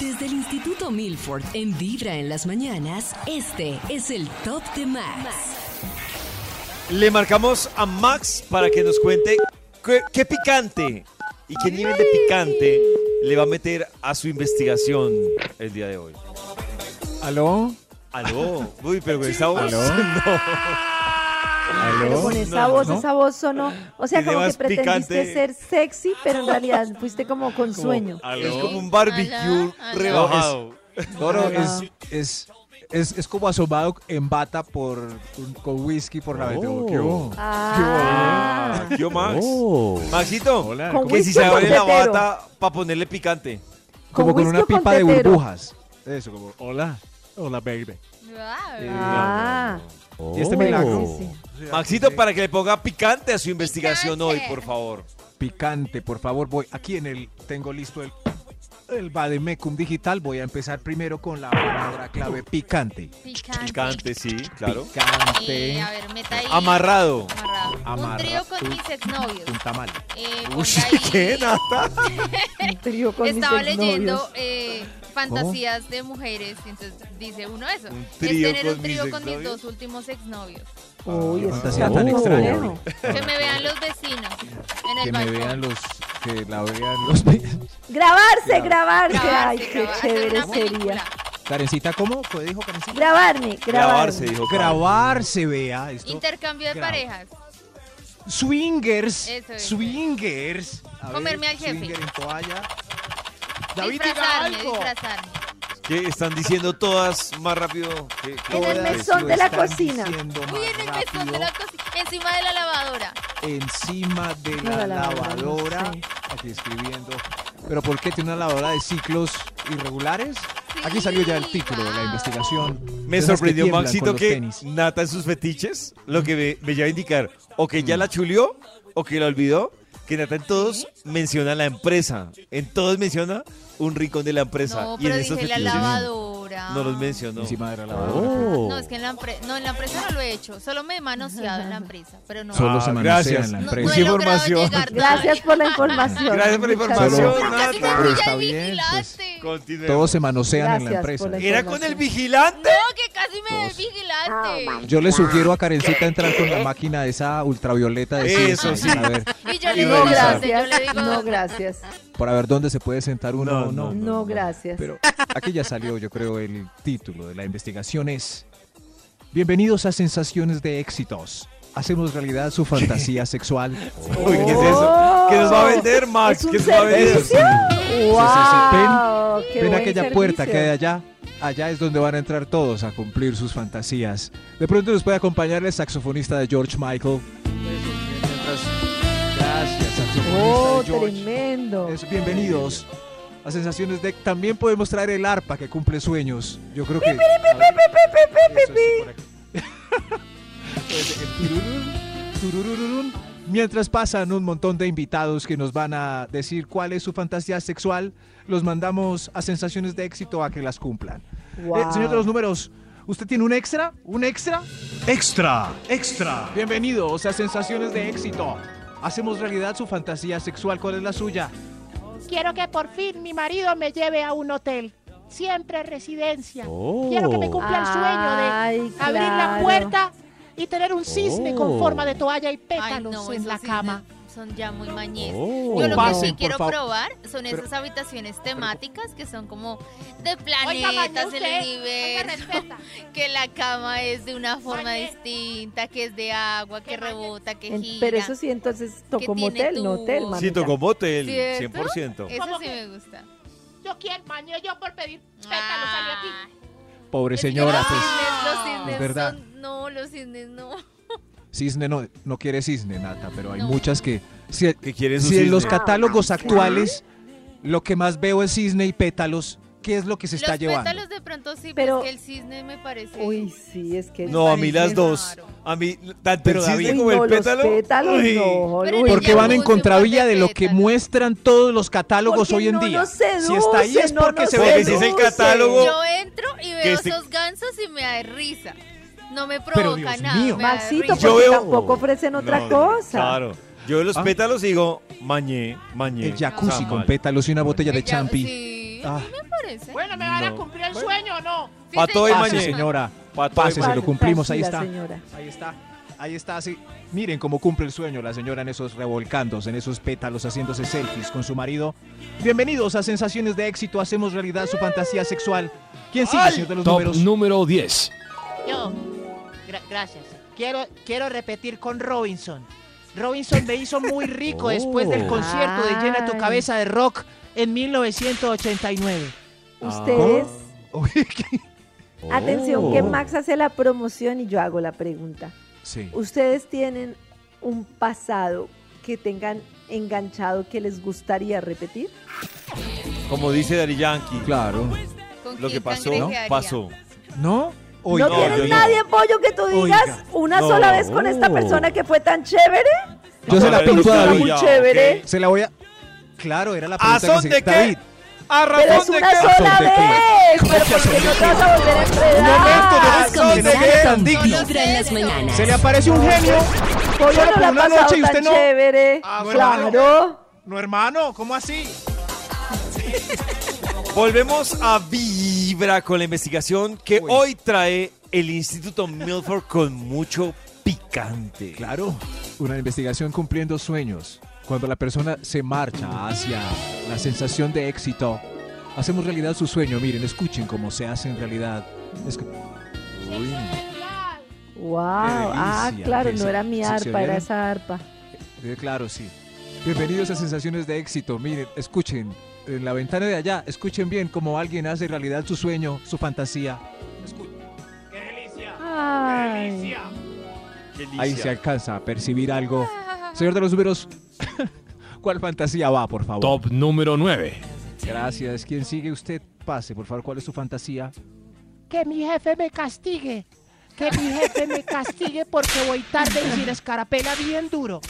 Desde el Instituto Milford en Vibra en las mañanas, este es el Top de Max. Le marcamos a Max para que nos cuente qué, qué picante y qué nivel de picante le va a meter a su investigación el día de hoy. ¿Aló? Aló. Uy, pero con esa voz. ¿Aló? Pero ¿Aló? con esa voz, ¿No? esa voz sonó. O sea, Tiene como que más pretendiste picante. ser sexy, pero en realidad fuiste como con sueño. Aló. Es como un barbecue Aló, aló. rebajado. No, no, Ah. es, es, es, es como asomado en bata por, con whisky por la ventana. Oh. ¿Qué hubo? Ah, Yo, Max. Oh. Maxito, Hola, Con como, que si whisky se abre la tetero. bata para ponerle picante. como con whisky una o con pipa de tetero? burbujas. Eso, como, hola, hola, baby. Eh, Wow. Ah, Y este bueno, milagro. sí, sí. Maxito, para que le ponga picante a su investigación hoy, Picante. por favor. Picante, por favor, voy. Aquí en el, tengo listo el, el Bademecum digital. Voy a empezar primero con la palabra clave picante. Picante. Picante, sí, claro. Picante. Eh, a ver, meta ahí. Amarrado. Amarrado. Amarra- Un trío con un- mis exnovios. Un tamal. Eh, Uy, ponga ahí- ¿qué, Nata? Un trío con mis Estaba exnovios. leyendo eh, fantasías de mujeres, y entonces dice uno eso. Un es trío tener con un trío mis con mis exnovios. dos últimos exnovios. Uy, eso Fantasía está tan muy extraña. complejo. Que me vean los vecinos en el Que me balcón. vean los. Que la vean los. Grabarse, grabarse. Grabarse, Ay, qué grabar- hacer chévere una película. sería. Karencita, ¿cómo? ¿Qué dijo Karencita? Grabarme, Grabarse, grabarme. dijo. Carlos. Grabarse, vea esto. Intercambio de Graba. parejas. Swingers. Eso es. Swingers. A ver, Comerme al jefe. Swinger en toalla. diga disfrazarme, algo. disfrazarme. ¿Qué están diciendo todas más rápido? que- que- En el Todas mesón lo de la están cocina. diciendo Uy, más en el mesón de rápido, la cocina. Encima de la lavadora. Encima de No, la, la lavadora, no lavadora. sé. Aquí escribiendo. ¿Pero por qué tiene una lavadora de ciclos irregulares? Aquí Sí, salió ya el título de la wow. investigación. Me Esas que sorprendió tiemblan con Maxito los que tenis. Nata en sus fetiches lo que me, me lleva a indicar o que ya la chulió o que la olvidó. Que Nata en todos menciona la empresa. En todos menciona un rincón de la empresa. No, y en pero dije la fetiches lavadora. no los mencionó. Encima de la lavadora. Oh. No, es que en la, empre- no, en la empresa no lo he hecho. Solo me he manoseado en la empresa. Pero no. Solo Ah, se gracias. manosea en la no, empresa. no he Mucha logrado información. llegar Gracias por la información. Gracias por la Muchas información, gracias. Ah, Casi Nata. Pero me está pilla el bien, pues. vigilante. Continuemos. Todos se manosean en la Gracias por empresa. la ¿Era con el vigilante? No, que casi me Ah, vigilaste. Yo le sugiero a Karencita entrar con la máquina esa ultravioleta de CSI Eso sí. para ver, Y yo le Y digo, No, Gracias. dónde, yo le gracias. digo, No, dónde. gracias. para ver dónde se puede sentar uno No, o no. no, No, gracias. Pero aquí ya salió, yo creo, el título de la investigación es Bienvenidos a Sensaciones de Éxitos. Hacemos realidad su fantasía sexual. Uy, ¿qué es Oh, eso? ¿Qué nos va a vender, Max? ¿Es un ¿Qué nos va a vender? servicio? ¡Wow! qué Ven buen aquella puerta que hay servicio. allá. Allá es donde van a entrar todos a cumplir sus fantasías. De pronto nos puede acompañar el saxofonista de George Michael. Gracias, saxofonista ¡Oh, de George. tremendo! Es- bienvenidos a sensaciones de. También podemos traer el arpa que cumple sueños. Yo creo que. Eso sí, por acá. Entonces, el tururún, tururururún. Mientras pasan un montón de invitados que nos van a decir cuál es su fantasía sexual, los mandamos a sensaciones de éxito a que las cumplan. Eh, señor de los números, ¿usted tiene un extra? ¿Un extra? Extra, extra. Bienvenidos a Sensaciones de Éxito. Hacemos realidad su fantasía sexual. ¿Cuál es la suya? Quiero que por fin mi marido me lleve a un hotel. Siempre residencia. Oh. Quiero que me cumpla el sueño de Ay, abrir la claro. puerta y tener un cisne Oh. con forma de toalla y Ay, pétalos no, en esos la sí cama. Son ya muy mañez. Oh. Yo lo que Pasen, sí por quiero favor. probar son Pero- esas habitaciones temáticas que son como de Oiga, Mañú, planetas, usted, el oiga, universo, respeta. que la cama es de una forma Mañé. distinta, que es de agua, que Que Mañé. rebota, que En- gira. pero eso sí, entonces tocó tiene motel, no tubo. hotel, mamita. Sí, tocó motel, ¿Cierto? Eh, 100%. Eso Como sí que- me gusta. Yo quiero, mañana yo por pedir pétalos salió aquí. Ah, Pobre es que señora, los pues. cisnes- los cisnes verdad. son- no, los cisnes no. Cisne no, no quiere cisne, Nata, pero hay No. muchas que. Si, ¿Qué quiere su si en los cisne? catálogos actuales lo que más veo es cisne y pétalos, qué es lo que se está Los llevando. pétalos de pronto sí, Pero- porque el cisne me parece. Uy, sí, es que. No, a mí las parece dos. raro. A mí, tanto Pero, el cisne David- Uy, como no, el pétalo. Los pétalos uy. no, Pero en uy, el Porque no. van en Yahoo, se contravía manda de lo pétalos. que muestran todos los catálogos Porque hoy en no día. nos seduce, si está ahí es no porque nos se Porque ve. si es el seduce. catálogo. Yo entro y veo este- esos gansos y me da risa. No me provoca Pero, Dios nada. mío. me da Maxito, risa. porque Yo veo- tampoco ofrecen otra cosa. Claro. Yo de los Ah. pétalos digo, mañé, mañé. El jacuzzi Ah, con mal. pétalos y una botella de Ella- champi. Sí, Ah. a mí me parece. Bueno, ¿me van a No. cumplir el sueño o no? Sí, pa' todo el señor. Pase, mañana. Ah, señora. Pato de Pase, se lo mañé. cumplimos. Ahí Tranquila, está. señora. Ahí está. Ahí está, así. Miren cómo cumple el sueño la señora en esos revolcandos, en esos pétalos, haciéndose selfies con su marido. Bienvenidos a Sensaciones de Éxito. Hacemos realidad su fantasía sexual. ¿Quién sigue, señor de los Top números? número 10. Yo. Gra- gracias. Quiero, quiero repetir con Robinson. Robinson me hizo muy rico después del Oh. concierto de Llena tu Ay. cabeza de rock en 1989. Ah. Ustedes. Uy, ¿qué? Atención, Oh. que Max hace la promoción y yo hago la pregunta. Sí. ¿Ustedes tienen un pasado que tengan enganchado que les gustaría repetir? Como dice Dari Yankee, Claro. ¿Con lo que quién pasó, cangrejearía? pasó. ¿No? ¿No, no, tienes yo no. nadie, pollo, que tú digas Oiga. una No. sola vez con esta persona que fue tan chévere? Yo Vamos se la ver, pinto a Lucía, David. Muy ya, chévere. ok. Se la voy a. Claro, era la ¿A pregunta son que de se... qué? David, ¿A Pero es razón de una qué? sola ¿De qué? vez. Pero porque no te vas a volver a enredar. Hemos Momento de comenzado que tan con digno. Vibra en las mañanas. se le aparece un genio. Pollo solo no por la ha una pasado noche y usted tan no. chévere. Ah, bueno, Claro. No, hermano, ¿cómo así? Volvemos a Vibra con la investigación que Uy. hoy trae el Instituto Milford con mucho picante. Claro, una investigación cumpliendo sueños. Cuando la persona se marcha hacia la sensación de éxito, hacemos realidad su sueño. Miren, escuchen cómo se hace en realidad. Es que- Uy, Wow. Ah, delicia, claro, que no se- era mi se- se arpa, era oyeron. esa arpa. eh, claro, sí. Bienvenidos a Sensaciones de Éxito. Miren, escuchen. En la ventana de allá, escuchen bien cómo alguien hace realidad su sueño, su fantasía. Ay. Qué Ahí delicia. se alcanza a percibir algo. Señor de los números, ¿cuál fantasía va, por favor? Top número 9. Gracias. ¿Quién sigue usted? Pase, por favor, ¿cuál es su fantasía? Que mi jefe me castigue. Que mi jefe me castigue porque voy tarde y sin escarapela bien duro.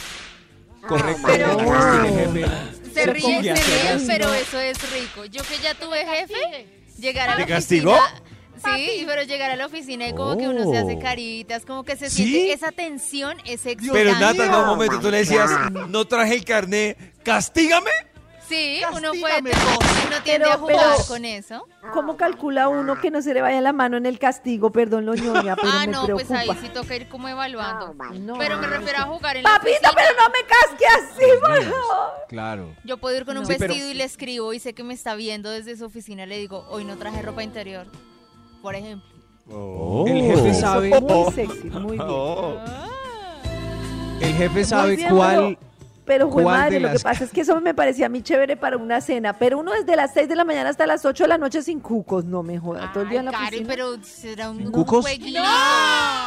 Correcto. Pero- la castigue, jefe. Se Pero ríen, ¿cómo se que ríen, haces? pero eso es rico. Yo que ya tuve jefe, llegar a ¿Te la castigó? oficina. Sí, pero llegar a la oficina y como que uno se hace caritas, como que se ¿Sí? siente que esa tensión es excitante. Pero Nata, no, un momento, tú le decías, no traje el carnet, castígame. Sí, uno puede, Castígame, uno tiende a Pero- jugar pero- con eso. ¿Cómo calcula uno que no se le vaya la mano en el castigo? Perdón, lo ñoña, pero Ah, me no, pues ahí preocupa. sí toca ir como evaluando. No. Pero me refiero a jugar en la Papito, oficina. pero no me casque así, por favor. Claro. Yo puedo ir con un Sí, pero- vestido y le escribo y sé que me está viendo desde su oficina. Le digo, hoy no traje ropa interior, por ejemplo. Oh. El jefe Eso sabe, fue muy sexy, muy bien. Oh. el jefe Muy sabe bien, cuál. pero- Pero, jue cuál de madre, lo que las- pasa es que eso me parecía a mí chévere para una cena. Pero uno desde las 6 de la mañana hasta las 8 de la noche sin cucos, no me joda. Todo el día en la Ay, Karen, oficina. pero será un, un ¿Cucos? jueguito.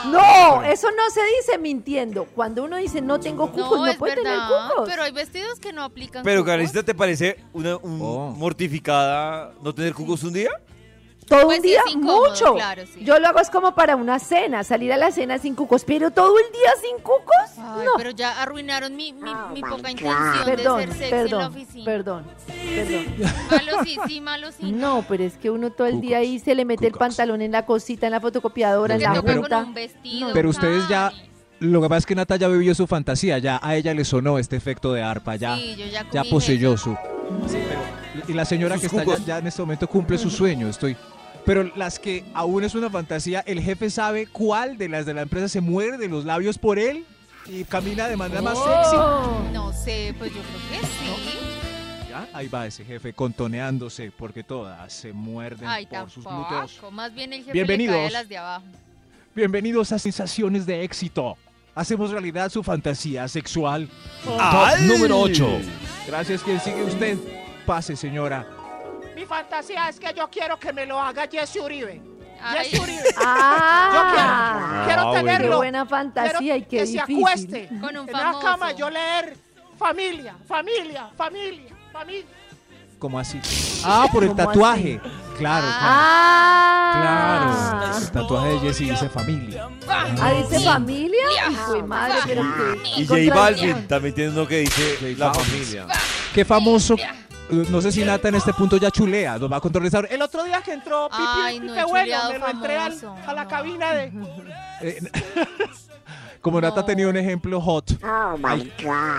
No, eso no se dice mintiendo. Cuando uno dice no tengo cucos, no, es puede tener verdad, cucos. pero hay vestidos que no aplican Pero, cucos. Karencita, ¿te parece una un- Oh. mortificada no tener jugos un día? Todo Pues un sí, día, es incómodo, mucho. claro, sí. Yo lo hago es como para una cena, salir a la cena sin cucos. Pero todo el día sin cucos, Ay, no. pero ya arruinaron mi, mi, mi poca intención Perdón, de ser sexy en la perdón, oficina. perdón, perdón. Malo sí, sí, malo sí. No, pero es que uno todo el día ahí se le mete el Cucos. pantalón en la cosita, en la fotocopiadora, en Que No, la toca pero- junta. con un vestido. Pero ustedes ya. Karen. Lo que pasa es que Nata ya vivió su fantasía. Ya a ella le sonó este efecto de arpa. Ya, Sí, yo ya ya comí poseyó su. Y la señora Sus que está ya, jugos. ya en este momento cumple su sueño. Estoy. Pero las que aún es una fantasía, el jefe sabe cuál de las de la empresa se muerde los labios por él y camina de manera Oh. más sexy. No sé, pues yo creo que sí. Ya, Ahí va ese jefe contoneándose porque todas se muerden Ay, por sus glúteos. tampoco. Más bien el jefe Bienvenidos. le cae a las de abajo. Bienvenidos a Sensaciones de Éxito. Hacemos realidad su fantasía sexual. Top número 8. Gracias, quien sigue usted. Pase, señora. Mi fantasía es que yo quiero que me lo haga Jesse Uribe. Ay, Jesse Uribe. Ah, Yo quiero, quiero bueno. qué tenerlo. buena fantasía y Quiero qué que se acueste difícil. Con un en la famoso. cama yo leer familia, familia, familia, familia. ¿Cómo así? Ah, por el ¿Cómo tatuaje. Claro, Ah. claro. Ah, Claro. El tatuaje de Jesse dice familia. ¿Ah, dice familia? Uy, madre, pero qué- Y J Balvin contradicción. también tiene uno que dice J la Balvin. familia. Qué famoso. eh, No sé si Nata en este punto ya chulea, nos va a contabilizar. El otro día que entró Pipi, Ay, no, Pipe he Bueno, chuleado me lo entré al- famoso, a la no. cabina de... Eh, Como Nata No. ha tenido un ejemplo hot.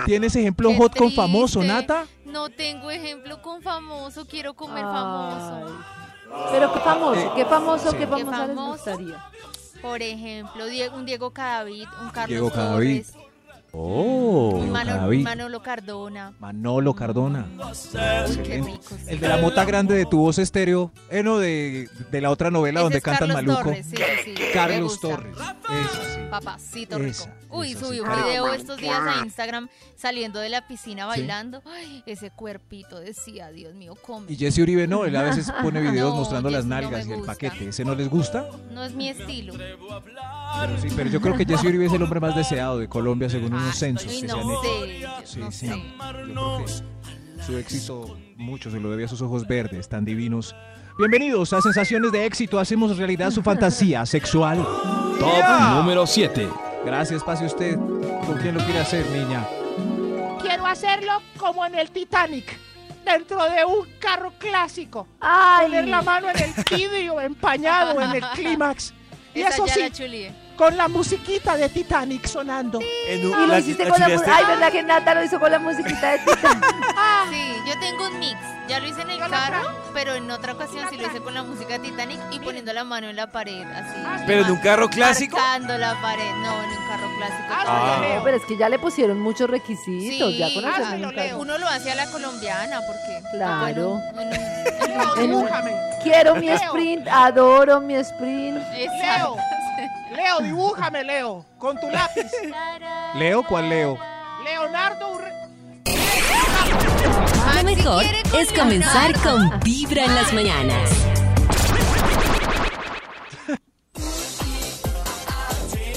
¿Tienes ejemplo Qué hot con famoso, triste. Nata? No tengo ejemplo con famoso, quiero comer famoso. Ay. Pero qué famoso, qué famoso, qué famosa les famoso. gustaría. Por ejemplo, Die- un Diego Cadavid, un Carlos Diego Cadavid. Torres, Oh, un Mano- David. Manolo Cardona. Manolo Cardona. Qué Excelente. ricos. Ah, El de la mota grande de tu voz estéreo. Eh, no, de, de la otra novela Ese donde es cantan Carlos maluco. Torres, sí, sí, sí, me Carlos gusta. Torres. Esa, sí. Papacito rico. Esa, Uy, esa sí, subí un Carlos. video estos días a Instagram saliendo de la piscina Sí. bailando. Ay, ese cuerpito decía, Dios mío, come. Y Jesse Uribe no, él a veces pone videos No, mostrando las Jesse no me nalgas y el gusta. paquete. ¿Ese no les gusta? No es mi estilo. Pero sí, pero yo creo que Jesse Uribe es el hombre más deseado de Colombia según unos censos Ay, que se han no hecho. sé. Sí, no sí. sé. Yo creo que su éxito mucho se lo debe a sus ojos verdes, tan divinos. Bienvenidos a Sensaciones de Éxito. Hacemos realidad su fantasía sexual. Top número 7. Gracias, pase usted. ¿Con quién lo quiere hacer, niña? Quiero hacerlo como en el Titanic, dentro de un carro clásico. Poner la Ay, mano en el vidrio empañado en el clímax. Y Esa eso ya sí, la chulié. con la musiquita de Titanic sonando. En un- y lo la- hiciste la con la chuleaste- música. Ay, ¿verdad que Nata lo hizo con la musiquita de Tita? Sí, yo tengo un mix. Ya lo hice en el Yo la carro, pero en otra ocasión sí lo hice con la música de Titanic y poniendo la mano en la pared, Ah, así. Pero en mar- un carro clásico. Marcando la pared. No, en un carro clásico. Ah, Ah. No, pero es que ya le pusieron muchos requisitos. ya ah, conocemos se lo un caso. leo. Uno lo hace a la colombiana porque. Claro. bueno, en un- en un- En un- Dibújame. Quiero mi Leo. sprint, adoro mi sprint. Exacto. Leo. Leo, dibújame, Leo. Con tu lápiz. ¿Leo? ¿Cuál Leo? Leonardo Urre- Lo mejor es comenzar con Vibra en las mañanas.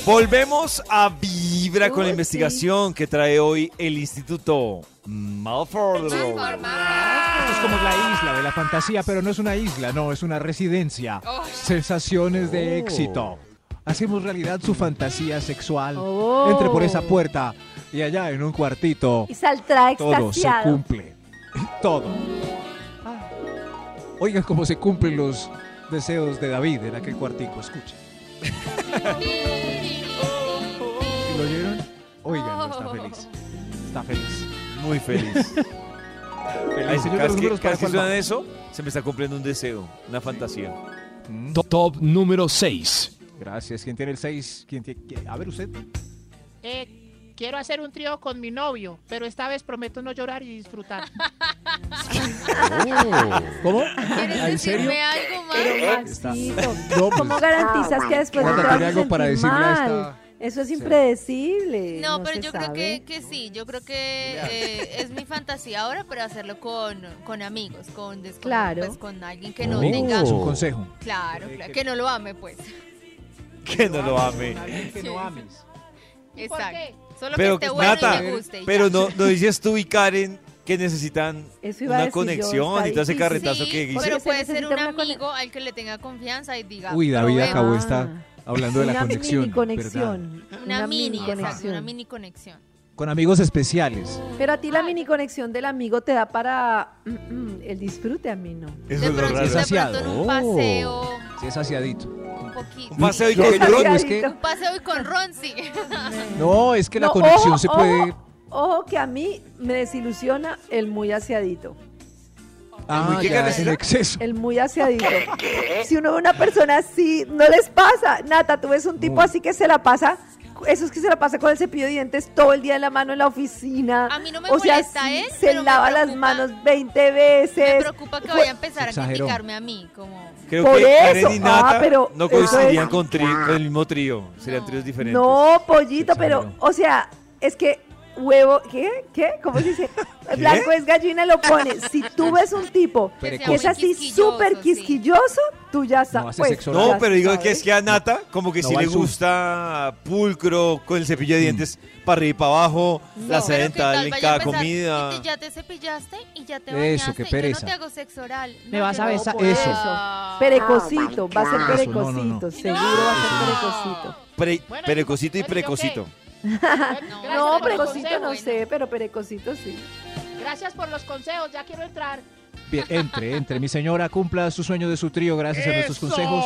Volvemos a Vibra con Uy, la sí. investigación que trae hoy el Instituto Malford. Esto es como la isla de la fantasía, pero no es una isla, no, es una residencia. Sensaciones de éxito. Hacemos realidad su fantasía sexual. Oh. Entre por esa puerta y allá en un cuartito. Y saldrá Todo se extasiado. cumple. Todo. Ah. Oigan cómo se cumplen los deseos de David en aquel cuartico. Escuchen. ¿Sí ¿Lo oyeron? Oigan, no, está feliz. Está feliz. Muy feliz. Ay, Feliz. Señor de los cada vez que, números, cada ¿para vez que cuál suena va? eso, se me está cumpliendo un deseo, una fantasía. Mm, Top, número 6. Gracias. ¿Quién tiene el 6? ¿Quién tiene? quién- A ver, usted. Eh, quiero hacer un trío con mi novio, pero esta vez prometo no llorar y disfrutar. Oh. ¿Cómo? ¿Quieres ¿En serio? decirme algo más? Eh, Pero Está. Maxito, No, ¿cómo pues, garantizas que después no te Nata vas tiene a algo para sentir decirle a esta- mal? Eso es impredecible. No, pero se yo creo sabe. que, que sí, yo creo que eh, es mi fantasía ahora, pero hacerlo con, con amigos, con, des- con- Claro. pues, con alguien que no Oh, tenga... Es un consejo. Claro, claro, que no lo ame, pues. Que no lo ame. que no ames. Exacto. Solo Pero, que esté bueno Nata, y me guste. y pero ya. no, no dices tú y Karen que necesitan Eso iba a una decir yo, conexión está y todo ese difícil. carretazo que Sí, hice. dices. pero Se puede ser necesita un una cone- amigo al que le tenga confianza y diga. Uy, David "Probemos". acabó Ah. está hablando de la una conexión. Mini conexión Una, mini, exacto, una mini conexión. ¿verdad? Con amigos especiales. Pero a ti Ah, la mini conexión del amigo te da para mm, mm, el disfrute, a mí no. Eso de es lo pronto, raro. de pronto en Saciado. un paseo, Oh. Si es asiadito. un poquito. Un paseo y Lo con que yo digo Ron. es que Asiadito. Un paseo y con Ron, sí. no, es que la No, conexión ojo, se puede. Ojo, ojo que a mí me desilusiona el muy aseadito. Ah, ¿Qué ya, ganas en era? exceso. El muy aseadito. Si uno ve una persona así, no les pasa. Nata, tú ves un tipo Muy. así que se la pasa, esos que se la pasa con el cepillo de dientes todo el día en la mano en la oficina. A mí no me o sea, molesta sí, él, se pero me lava las preocupa- manos 20 Me veces. preocupa que vaya a empezar a Exageró. criticarme a mí, como... Creo Por que Karen y eso. Nata Ah, pero no eso coincidirían es- con, tri- con el mismo trío. Serían tríos diferentes. No, pollito, pero, Exagerado. o sea, es que huevo, ¿qué? ¿Qué? ¿Cómo se dice? Blanco es gallina, lo pones. Si tú ves un tipo Pero que es así súper quisquilloso, tú ya No, sabes. hace sexo No, Claro. pero digo que es que a Nata, como que No si va le al sur. Mm. gusta pulcro, con el cepillo de dientes para arriba y para abajo, la Pero ¿qué tal? sedenta en Vaya a cada empezar, comida. y te- ya te cepillaste y ya te bañaste. Eso, qué Yo pereza. no te hago sexo oral. Me No, vas yo a no besar- puedo. eso. Perecocito, va a ser Ah, Eso, no, no, perecocito, no. seguro va a ser perecocito. Pre- Bueno, perecocito y bueno, ¿y yo qué? precocito. No, Gracias No, por los perecocito no consejos. sé, pero perecocito sí. Gracias por los consejos, ya quiero entrar. Bien, entre, entre. Mi señora cumpla su sueño de su trío gracias a nuestros consejos.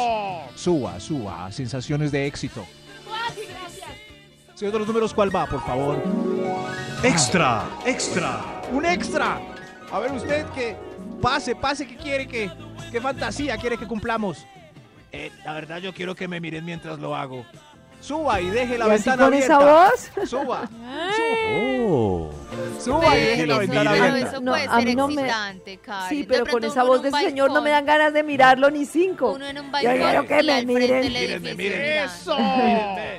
Suba, suba. Sensaciones de éxito. Señor de los números, ¿cuál va, por favor? Extra, extra. ¡Un extra! A ver usted que pase, pase que quiere que... ¿Qué fantasía quiere que cumplamos? Eh, la verdad yo quiero que me miren mientras lo hago. Suba y deje la ¿Y así ventana con abierta. esa voz? Suba, Oh. suba y deje la Eso, mira. ventana pero abierta. eso No, puede a ser mí no me- excitante, Karen. Sí, De pero con pronto esa uno voz en de un ese señor no me dan balcón, ganas de mirarlo ni cinco. Uno en un Yo balcón. quiero que y al me frente miren. del edificio mirando.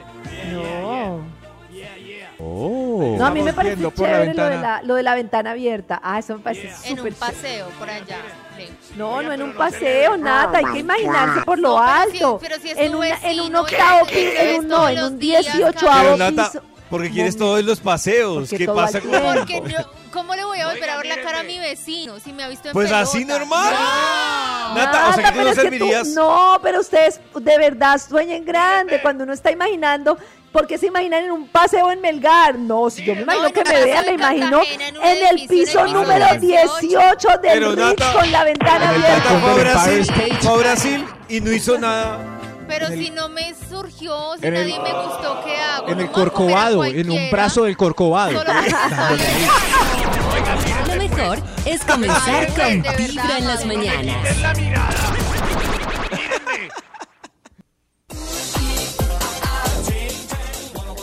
No. Oh. No, a mí me Estamos parece viendo chévere por la lo, de ventana. la, lo de la ventana abierta. Ah, eso me parece En súper un chévere. paseo por allá. sí. No, no en un paseo, nada. Hay que imaginarse por lo Ah, No, pero si- alto. pero si es en, tu una- en vecino, un es- octavo es- piso, en es un no, todos en los un días, Pero 18avo Nata, piso. porque quieres Mom- todos los paseos. Porque ¿Qué todo al pasa tiempo. con Porque no- ¿Cómo le voy a volver a ver la cara a mi vecino si me ha visto en Pues así pelota? normal. No. Nata, o sea Nata, que tú pero no es que tú- servirías. no, pero ustedes de verdad sueñen grande cuando uno está imaginando. ¿Por qué se imaginan en un paseo en Melgar? No, si yo me imagino No, en que un me paseo vean, me en Cartagena, imagino en un en el edificio, en piso el número edificio 18 Pero del Ritz Nata- con la ventana en el Nata abierta. fue a Con el Empire Brasil, State. fue a Brasil y no hizo nada. Pero En el- si no me surgió, si en el- nadie me gustó, ¿qué hago? En No el me voy a comer a corcovado, en un cualquiera, brazo del corcovado. solo porque soy- Lo mejor es comenzar Ay, con de verdad, Vibra en las Mauro. mañanas.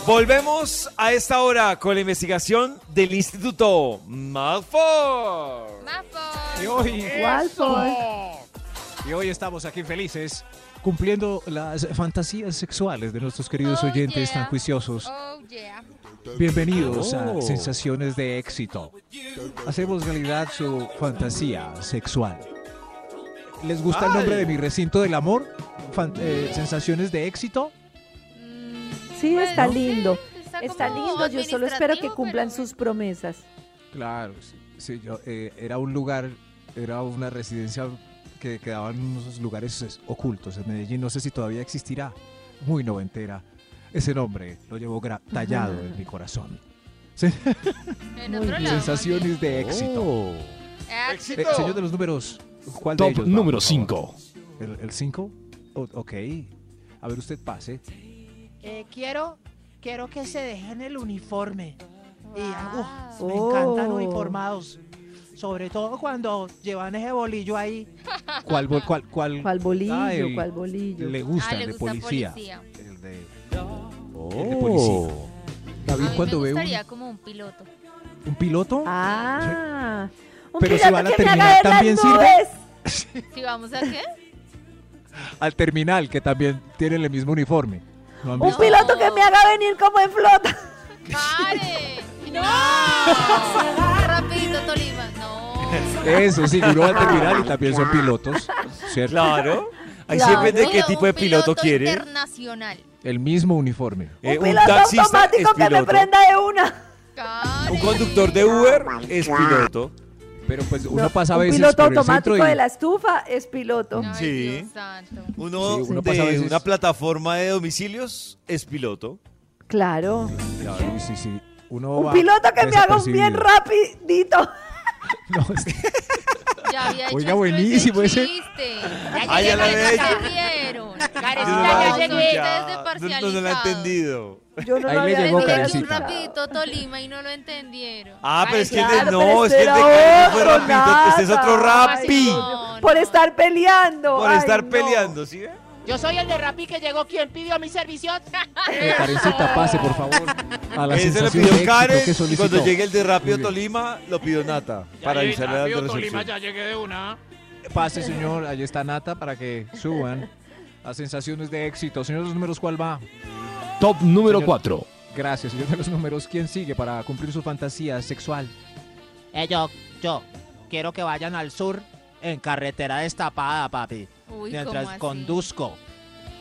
Volvemos a esta hora con la investigación del Instituto Malfoy. Y Mafo. hoy, ¿Cuál fue? y hoy estamos aquí felices, cumpliendo las fantasías sexuales de nuestros queridos Oh, oyentes yeah. tan juiciosos. Oh, yeah. Bienvenidos a Oh. Sensaciones de Éxito. Hacemos realidad su fantasía sexual. ¿Les gusta el nombre de mi recinto del amor? Fan- eh, ¿Sensaciones de Éxito? Mm, Sí, bueno, está sí, lindo. Está como lindo, yo solo espero que administrativo, cumplan pero sus promesas. Claro, sí. sí, yo, eh, era un lugar, era una residencia que quedaba en unos lugares es- ocultos en Medellín. No sé si todavía existirá. Muy noventera. Ese nombre lo llevo gra- tallado en mi corazón. bueno. En otro lado, Sensaciones de éxito. Oh. más bien. Ah, Eh, señor de los números, ¿cuál de Top ellos va, número por favor? 5. ¿El 5? ok. A ver, usted pase. Eh, quiero, quiero que se dejen el uniforme. Y ah, uf, me Wow. encantan Oh. uniformados. Sobre todo cuando llevan ese bolillo ahí. ¿Cuál, bol- cuál, cuál, ¿Cuál bolillo? Ah, el- ¿Cuál bolillo? le gusta? ah, el le de gusta policía. policía. El de... El de policía. Oh. David, A mí cuando me ve un, gustaría como un piloto. un piloto, Ah, un Pero si piloto van a que me terminar, haga ver ¿también las sirve? nubes. Si vamos a qué? al terminal, que también tienen el mismo uniforme. ¿No han Un visto? piloto que me haga venir como en flota. ¡Pare! ¡No! Rapidito, Tolima. No. Oh. Eso, sí, uno va al terminal y también son pilotos, ¿cierto? Claro. Ahí Claro. depende de Un- qué tipo de un piloto quiere. internacional. El mismo uniforme. Eh, un piloto automático que me prenda de una. Un conductor de Uber es piloto. Pero pues uno No, pasa a un veces piloto por el centro automático y... de la estufa es piloto. Sí. Sí. Dios santo. Uno, Sí, de uno pasa a veces- una plataforma de domicilios es piloto. Claro. Claro, sí, sí. Uno Un va piloto que me haga un bien desapercibido. rapidito. No, es que- Ya había hecho Oiga, esto, buenísimo ese. chiste. Ah, ya la había hecho. vieron. Karen, Yo ya, la- ya son llegué. ustedes no, de no, no la he parcializados. entendido. Yo no Ahí lo le había llegó visto. Ustedes un Karencita. rapidito Tolima y no lo entendieron. Ah, pero es que el de, Claro, no, pero es que el de este Karen era fue otro, rapidito. Este es otro nada. rapi. No, Por no. estar peleando. Por Ay, estar no. peleando, ¿sí? ve? Yo soy el de Rappi que llegó quien pidió mis servicios. eh, Karencita, pase, por favor. A la Ese lo sensación de pidió éxito Karen que y cuando solicitó. llegue el de Rápido Muy Tolima, lo pidió Nata para avisarle a la recepción. llegué de una. Pase, señor. Allí está Nata para que suban a sensaciones de éxito. Señor, los números, ¿cuál va? Top número Señor. 4. Gracias, señor de los números. ¿Quién sigue para cumplir su fantasía sexual? Eh, yo, yo, quiero que vayan al sur en carretera destapada, papi. Uy, ¿cómo mientras así? conduzco.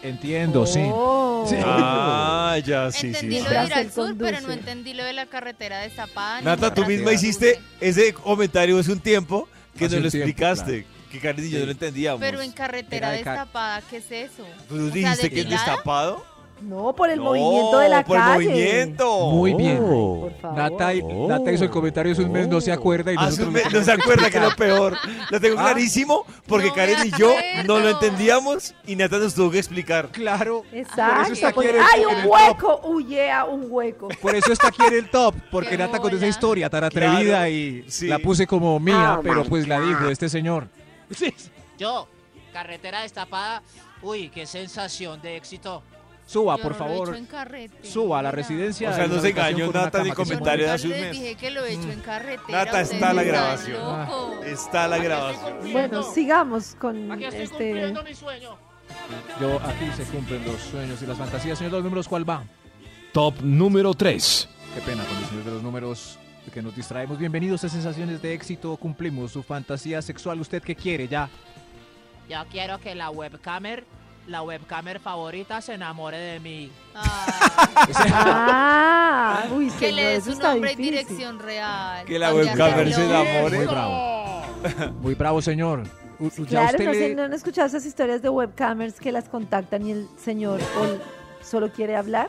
Entiendo, sí. Oh. Sí. Ah, ya, sí, sí. entendí sí. lo de ir Gracias, al sur, pero no conduce. entendí lo de la carretera destapada. ni Nata, tú mientras misma conduce. hiciste ese comentario hace un tiempo que Hace no un lo tiempo, explicaste. Que Karen y yo no lo entendíamos. Pero en carretera Era de ca- destapada, ¿qué es eso? ¿Tú O sea, dijiste que es ¿depilada? destapado? No, por el No, movimiento de la por el calle. movimiento. Muy bien. Oh. Por favor. Nata, y- Nata hizo el comentario hace un mes, no se acuerda y Ah, nosotros... sus- no se acuerda que es lo peor. Lo tengo Ah. clarísimo porque No me Karen y yo no lo acuerdo. entendíamos y Nata nos tuvo que explicar. Claro. Por eso está Exacto. aquí porque en el- hay en un el hueco. Uy, yeah, un hueco. Por eso está aquí en el top, porque Qué Nata contó esa bola. historia tan Claro, atrevida y sí. Ah. la puse como Ah. mía, Oh pero my pues la dijo este señor. Yo, carretera destapada. Uy, qué sensación de éxito. Suba, Yo por no lo he favor, hecho en carretera. suba a la residencia. O sea, y no una se habitación engañó con una Nata ni cama que se comentario. mueve. de Nunca hace un les mes. Mm. dije que lo he hecho en carretera. Nata, ustedes está la están grabación. locos. Está la grabación. Bueno, sigamos con Aquí estoy este. cumpliendo mi sueño. Yo aquí se cumplen los sueños y las fantasías. Señor de los números, ¿cuál va? Top número 3. Qué pena con el señor de los números que nos distraemos. Bienvenidos a Sensaciones de Éxito. Cumplimos su fantasía sexual. ¿Usted qué quiere ya? Yo quiero que la webcamer, la webcamer favorita se enamore de mí. Ah, Ah, uy, que le señor, dé eso su está nombre y difícil. dirección real. Que la Cambiarle webcamer el se nombre. enamore. Muy bravo. Muy bravo, señor. U- ya Claro, usted no, le- sé, ¿no han escuchado esas historias de webcamers que las contactan y el señor o- solo quiere hablar.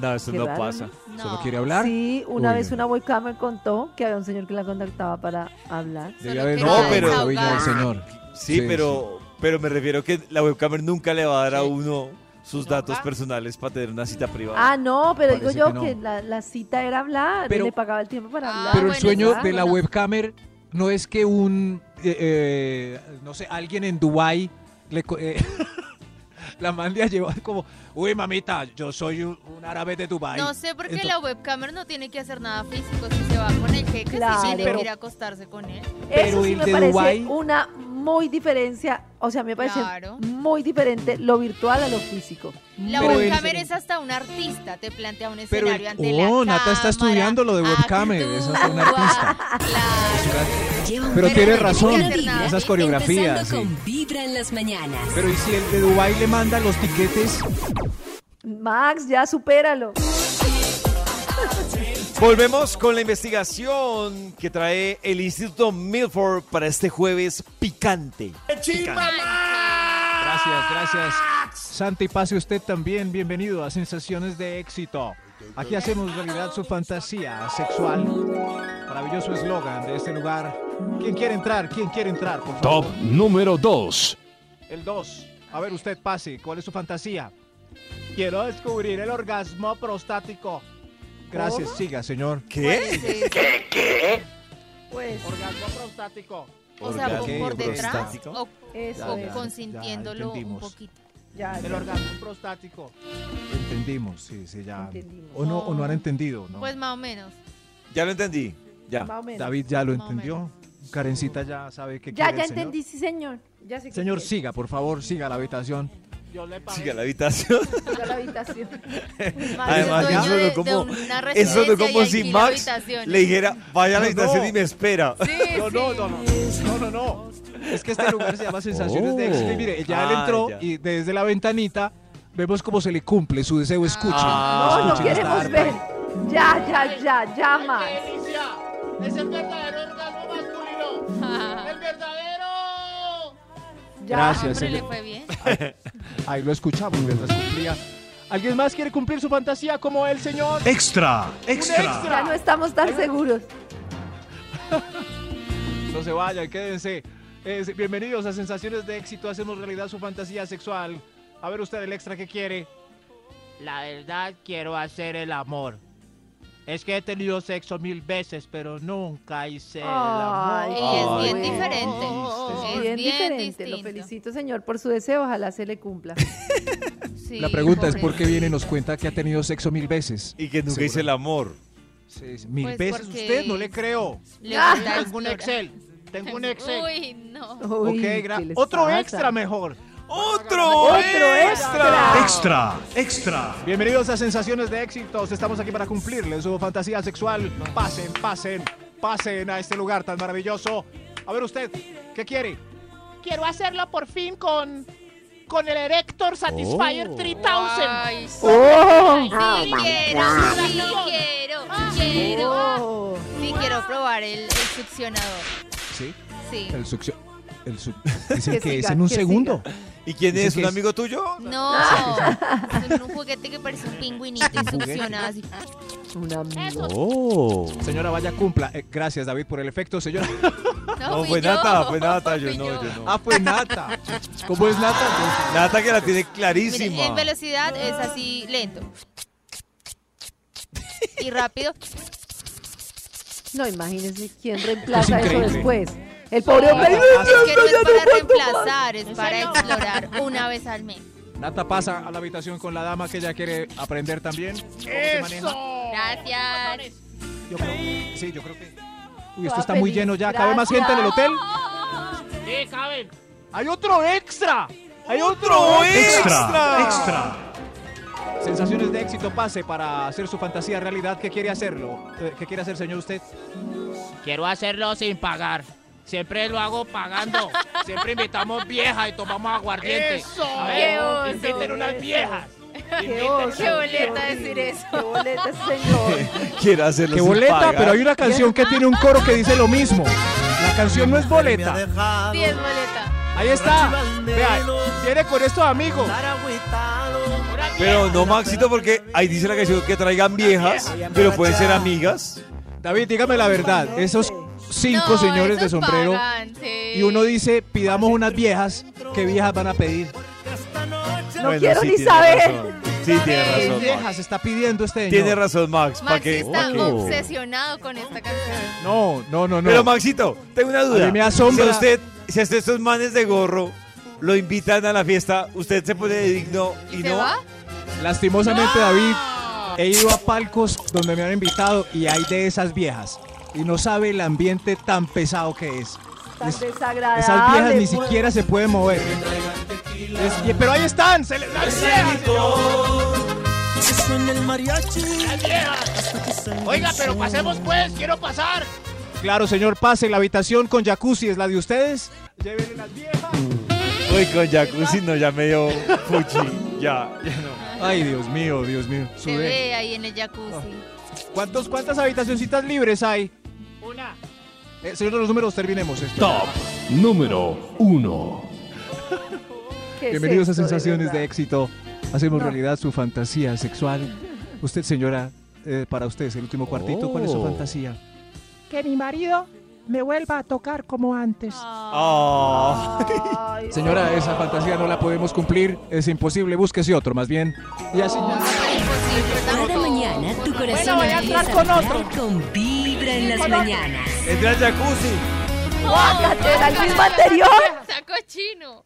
No, eso Qué no raro, pasa. No. ¿Solo quiere hablar? Sí, una Uy, vez no. una webcamer contó que había un señor que la contactaba para hablar. Debe Solo haber que no, no, pero- pero del desahogar. señor. Sí, Sí, pero, pero me refiero que la webcamer nunca le va a dar a Sí. uno sus Nunca. datos personales para tener una cita privada. Ah, no, pero Parece digo yo que no. que, la, la cita era hablar, y Pero- le pagaba el tiempo para Ah, hablar. Pero el bueno, sueño sí, de la bueno. webcamer no es que un, eh, eh, no sé, alguien en Dubai le co- eh, la mande a llevar como, uy mamita, yo soy un, un árabe de Dubai. No sé por qué Ento- la webcamer no tiene que hacer nada físico si se va con el jeque, Claro. si tiene Pero- que ir a acostarse con él. Eso Pero sí el me de parece Dubái- una muy diferencia, o sea, me parece Claro. muy diferente lo virtual a lo físico. La Pero webcamer el- es hasta un artista, te plantea un Pero el- escenario ante la Oh, cámara. Nata está estudiando lo de webcamer, actúa, eso es un artista. Claro. Lleva un Pero verano tiene de razón, pura vibra, esas coreografías, empezando con vibra en las mañanas. Pero ¿y si el de Dubai le manda los tiquetes? Max, ya supéralo. Volvemos con la investigación que trae el Instituto Milford para este jueves picante. Picante. Gracias, gracias. Santa y pase usted también. Bienvenido a Sensaciones de Éxito. Aquí hacemos realidad su fantasía sexual. Maravilloso eslogan de este lugar. ¿Quién quiere entrar? ¿Quién quiere entrar? Por favor. Top número 2. El 2. A ver, usted pase. ¿Cuál es su fantasía? Quiero descubrir el orgasmo prostático. Gracias, siga, señor. ¿Qué? Pues, Orgasmo prostático. O sea, por, Orgasmo por detrás prostático. o, eso o Ya, ya, es. ya consintiéndolo un entendimos. poquito. Ya, El ya. orgasmo prostático. Entendimos, sí, sí, ya. Entendimos. O no, o no han entendido, ¿no? Pues más o menos. Ya lo entendí. Ya. Más o menos. David ya lo Más o entendió. Karencita ya sabe qué Ya, quiere ya el señor. entendí, sí, señor. Ya sé que Señor, quiere. siga, por favor, siga a la habitación. Yo le pagué. Sigue a la habitación. Ya la habitación. Más Además, dueño eso no de- como- de una Eso residencia no y como si alquila Max habitaciones. le dijera, vaya a la No, habitación no. y me espera. Sí, No, no, sí. no, no, no, no, no. Es que este lugar se llama Sensaciones de Éxito. Y mire, ya él Ah, entró ya. y desde la ventanita vemos cómo se le cumple su deseo. Escuchen. Ah. No, no escuchen esta queremos arpa. ver. Ya, ya, ya, ya, Max. ¡Qué delicia! ¡Es el verdadero orgasmo masculino! Ah, ¡El verdadero! Ya. Gracias. Hombre, le señor. fue bien. Ahí lo escuchamos mientras cumplía. ¿Alguien más quiere cumplir su fantasía como el señor? Eh. Extra, extra. extra. Ya no estamos tan seguros. No se vayan, quédense. Es- bienvenidos a Sensaciones de Éxito. Hacemos realidad su fantasía sexual. A ver usted el extra que quiere. La verdad, quiero hacer el amor. Es que he tenido sexo mil veces, pero nunca hice Ay, el Y amor. es Ay, bien qué diferente. triste. Es Bien bien, diferente. Lo distinto. felicito, señor, por su deseo. Ojalá se le cumpla. Sí, La pregunta es pobrecito. por qué viene y nos cuenta que ha tenido sexo mil veces. Y que nunca Seguro. hice el amor. Sí, sí, mil Pues veces. porque- Usted no le creo. Le Ah, gusta Tengo un explorar. Excel. Tengo un Excel. Uy, no. Uy, Ok, gra- ¿qué les Otro pasa? extra mejor. ¡Otro! Otro extra! Extra, extra. Bienvenidos a Sensaciones de Éxitos. Estamos aquí para cumplirles su fantasía sexual. Pasen, pasen, pasen a este lugar tan maravilloso. A ver usted, ¿qué quiere? Quiero hacerlo por fin con, con el Erector Satisfyer 3000. Ay, sí. ¡Oh! Sí, quiero, sí, God. quiero, quiero. Sí, quiero probar el, el succionador. Sí, Sí. el succión. El suc- Dicen que, Que es siga, en un que segundo. ¿Y quién Dicen es? que ¿Un es- amigo tuyo? No, es un juguete que parece un pingüinito y succiona así. Una m- Eso. ¡Oh! Señora, vaya, cumpla. Eh, gracias, David, por el efecto. Señora, No, No, fui fue yo, Nata, fue Nata, yo fui no, yo no. ah, fue Nata. ¿Cómo es Nata? Nata que la tiene Mire, clarísima. en velocidad es así lento. Y rápido. No, imagínense quién reemplaza Es eso increíble. después. El pobre hombre. Es que no es para reemplazar, es para no. explorar una vez al mes. Nata pasa a la habitación con la dama que ella quiere aprender también. ¿Cómo se maneja? Gracias. Yo creo- sí, yo creo que. Uy, esto Toda está muy feliz. lleno ya. ¿Cabe más Gracias. gente en el hotel? Sí, caben. ¡Hay otro extra! ¡Hay ¡Otro Extra, extra! extra. Sensaciones de éxito pase para hacer su fantasía realidad. ¿Qué quiere hacerlo? Eh, ¿Qué quiere hacer, señor, usted? Quiero hacerlo sin pagar. Siempre lo hago pagando. Siempre invitamos viejas y tomamos aguardiente. ¡Eso! A ¡Qué oso! inviten unas viejas. ¡Qué oso! Qué boleta qué decir horrible, eso. ¡Qué boleta, señor! Quiere hacerlo ¡Qué sin boleta! pagar. Pero hay una canción que tiene un coro que dice lo mismo. La canción no es boleta. Sí, es boleta. Ahí está. Vea, viene con esto, amigo. Pero no, Maxito, porque ahí dice la canción que traigan viejas, pero pueden ser amigas. David, dígame la verdad. Esos cinco No, señores de esos sombrero. pagan, sí. Y uno dice, pidamos unas viejas. ¿Qué viejas van a pedir? No quiero ni saber. razón. Sí, tiene ¿Qué razón. Max. viejas está pidiendo este Tiene señor? razón, Max. ¿Para Max qué? está ¿Pa' qué? obsesionado con esta canción. No, no, no, no. Pero Maxito, tengo una duda. A mí me asombra. Si a usted, si a usted estos manes de gorro lo invitan a la fiesta, usted se pone de digno y, ¿Y se no. va? Lastimosamente, David, he ido a palcos donde me han invitado y hay de esas viejas. Y no sabe el ambiente tan pesado que es. Tan Es- desagradable. Esas viejas ni muy- siquiera se pueden mover. Es- y- pero ahí están, celebrando. Oiga, pero pasemos pues, quiero pasar. Claro, señor, pase. La habitación con jacuzzi es la de ustedes. Llévenle las viejas. Uy, con jacuzzi no, ya me dio fuchi. Ya, ya no. Ay, Dios mío, Dios mío. Se Sudé. ve ahí en el jacuzzi. ¿Cuántos, ¿Cuántas habitacioncitas libres hay? Una. Eh, señor de los números, terminemos esto. Top número 1. ¿Qué es Bienvenidos a esto, de Sensaciones de, verdad? Éxito. Hacemos No. realidad su fantasía sexual. Usted, señora, eh, para usted es el último cuartito. ¿Cuál es su Oh. fantasía? que mi marido me vuelva a tocar como antes. Ah. Ay, Señora, esa fantasía no la podemos cumplir. Es imposible. Búsquese otro, más bien. Y así ya. Imposible, Ah. Cada tampoco. mañana tu corazón voy a empieza entrar con a vibrar con vibra en las mañanas. Entra al jacuzzi. guácatela, el mismo anterior. Saco chino.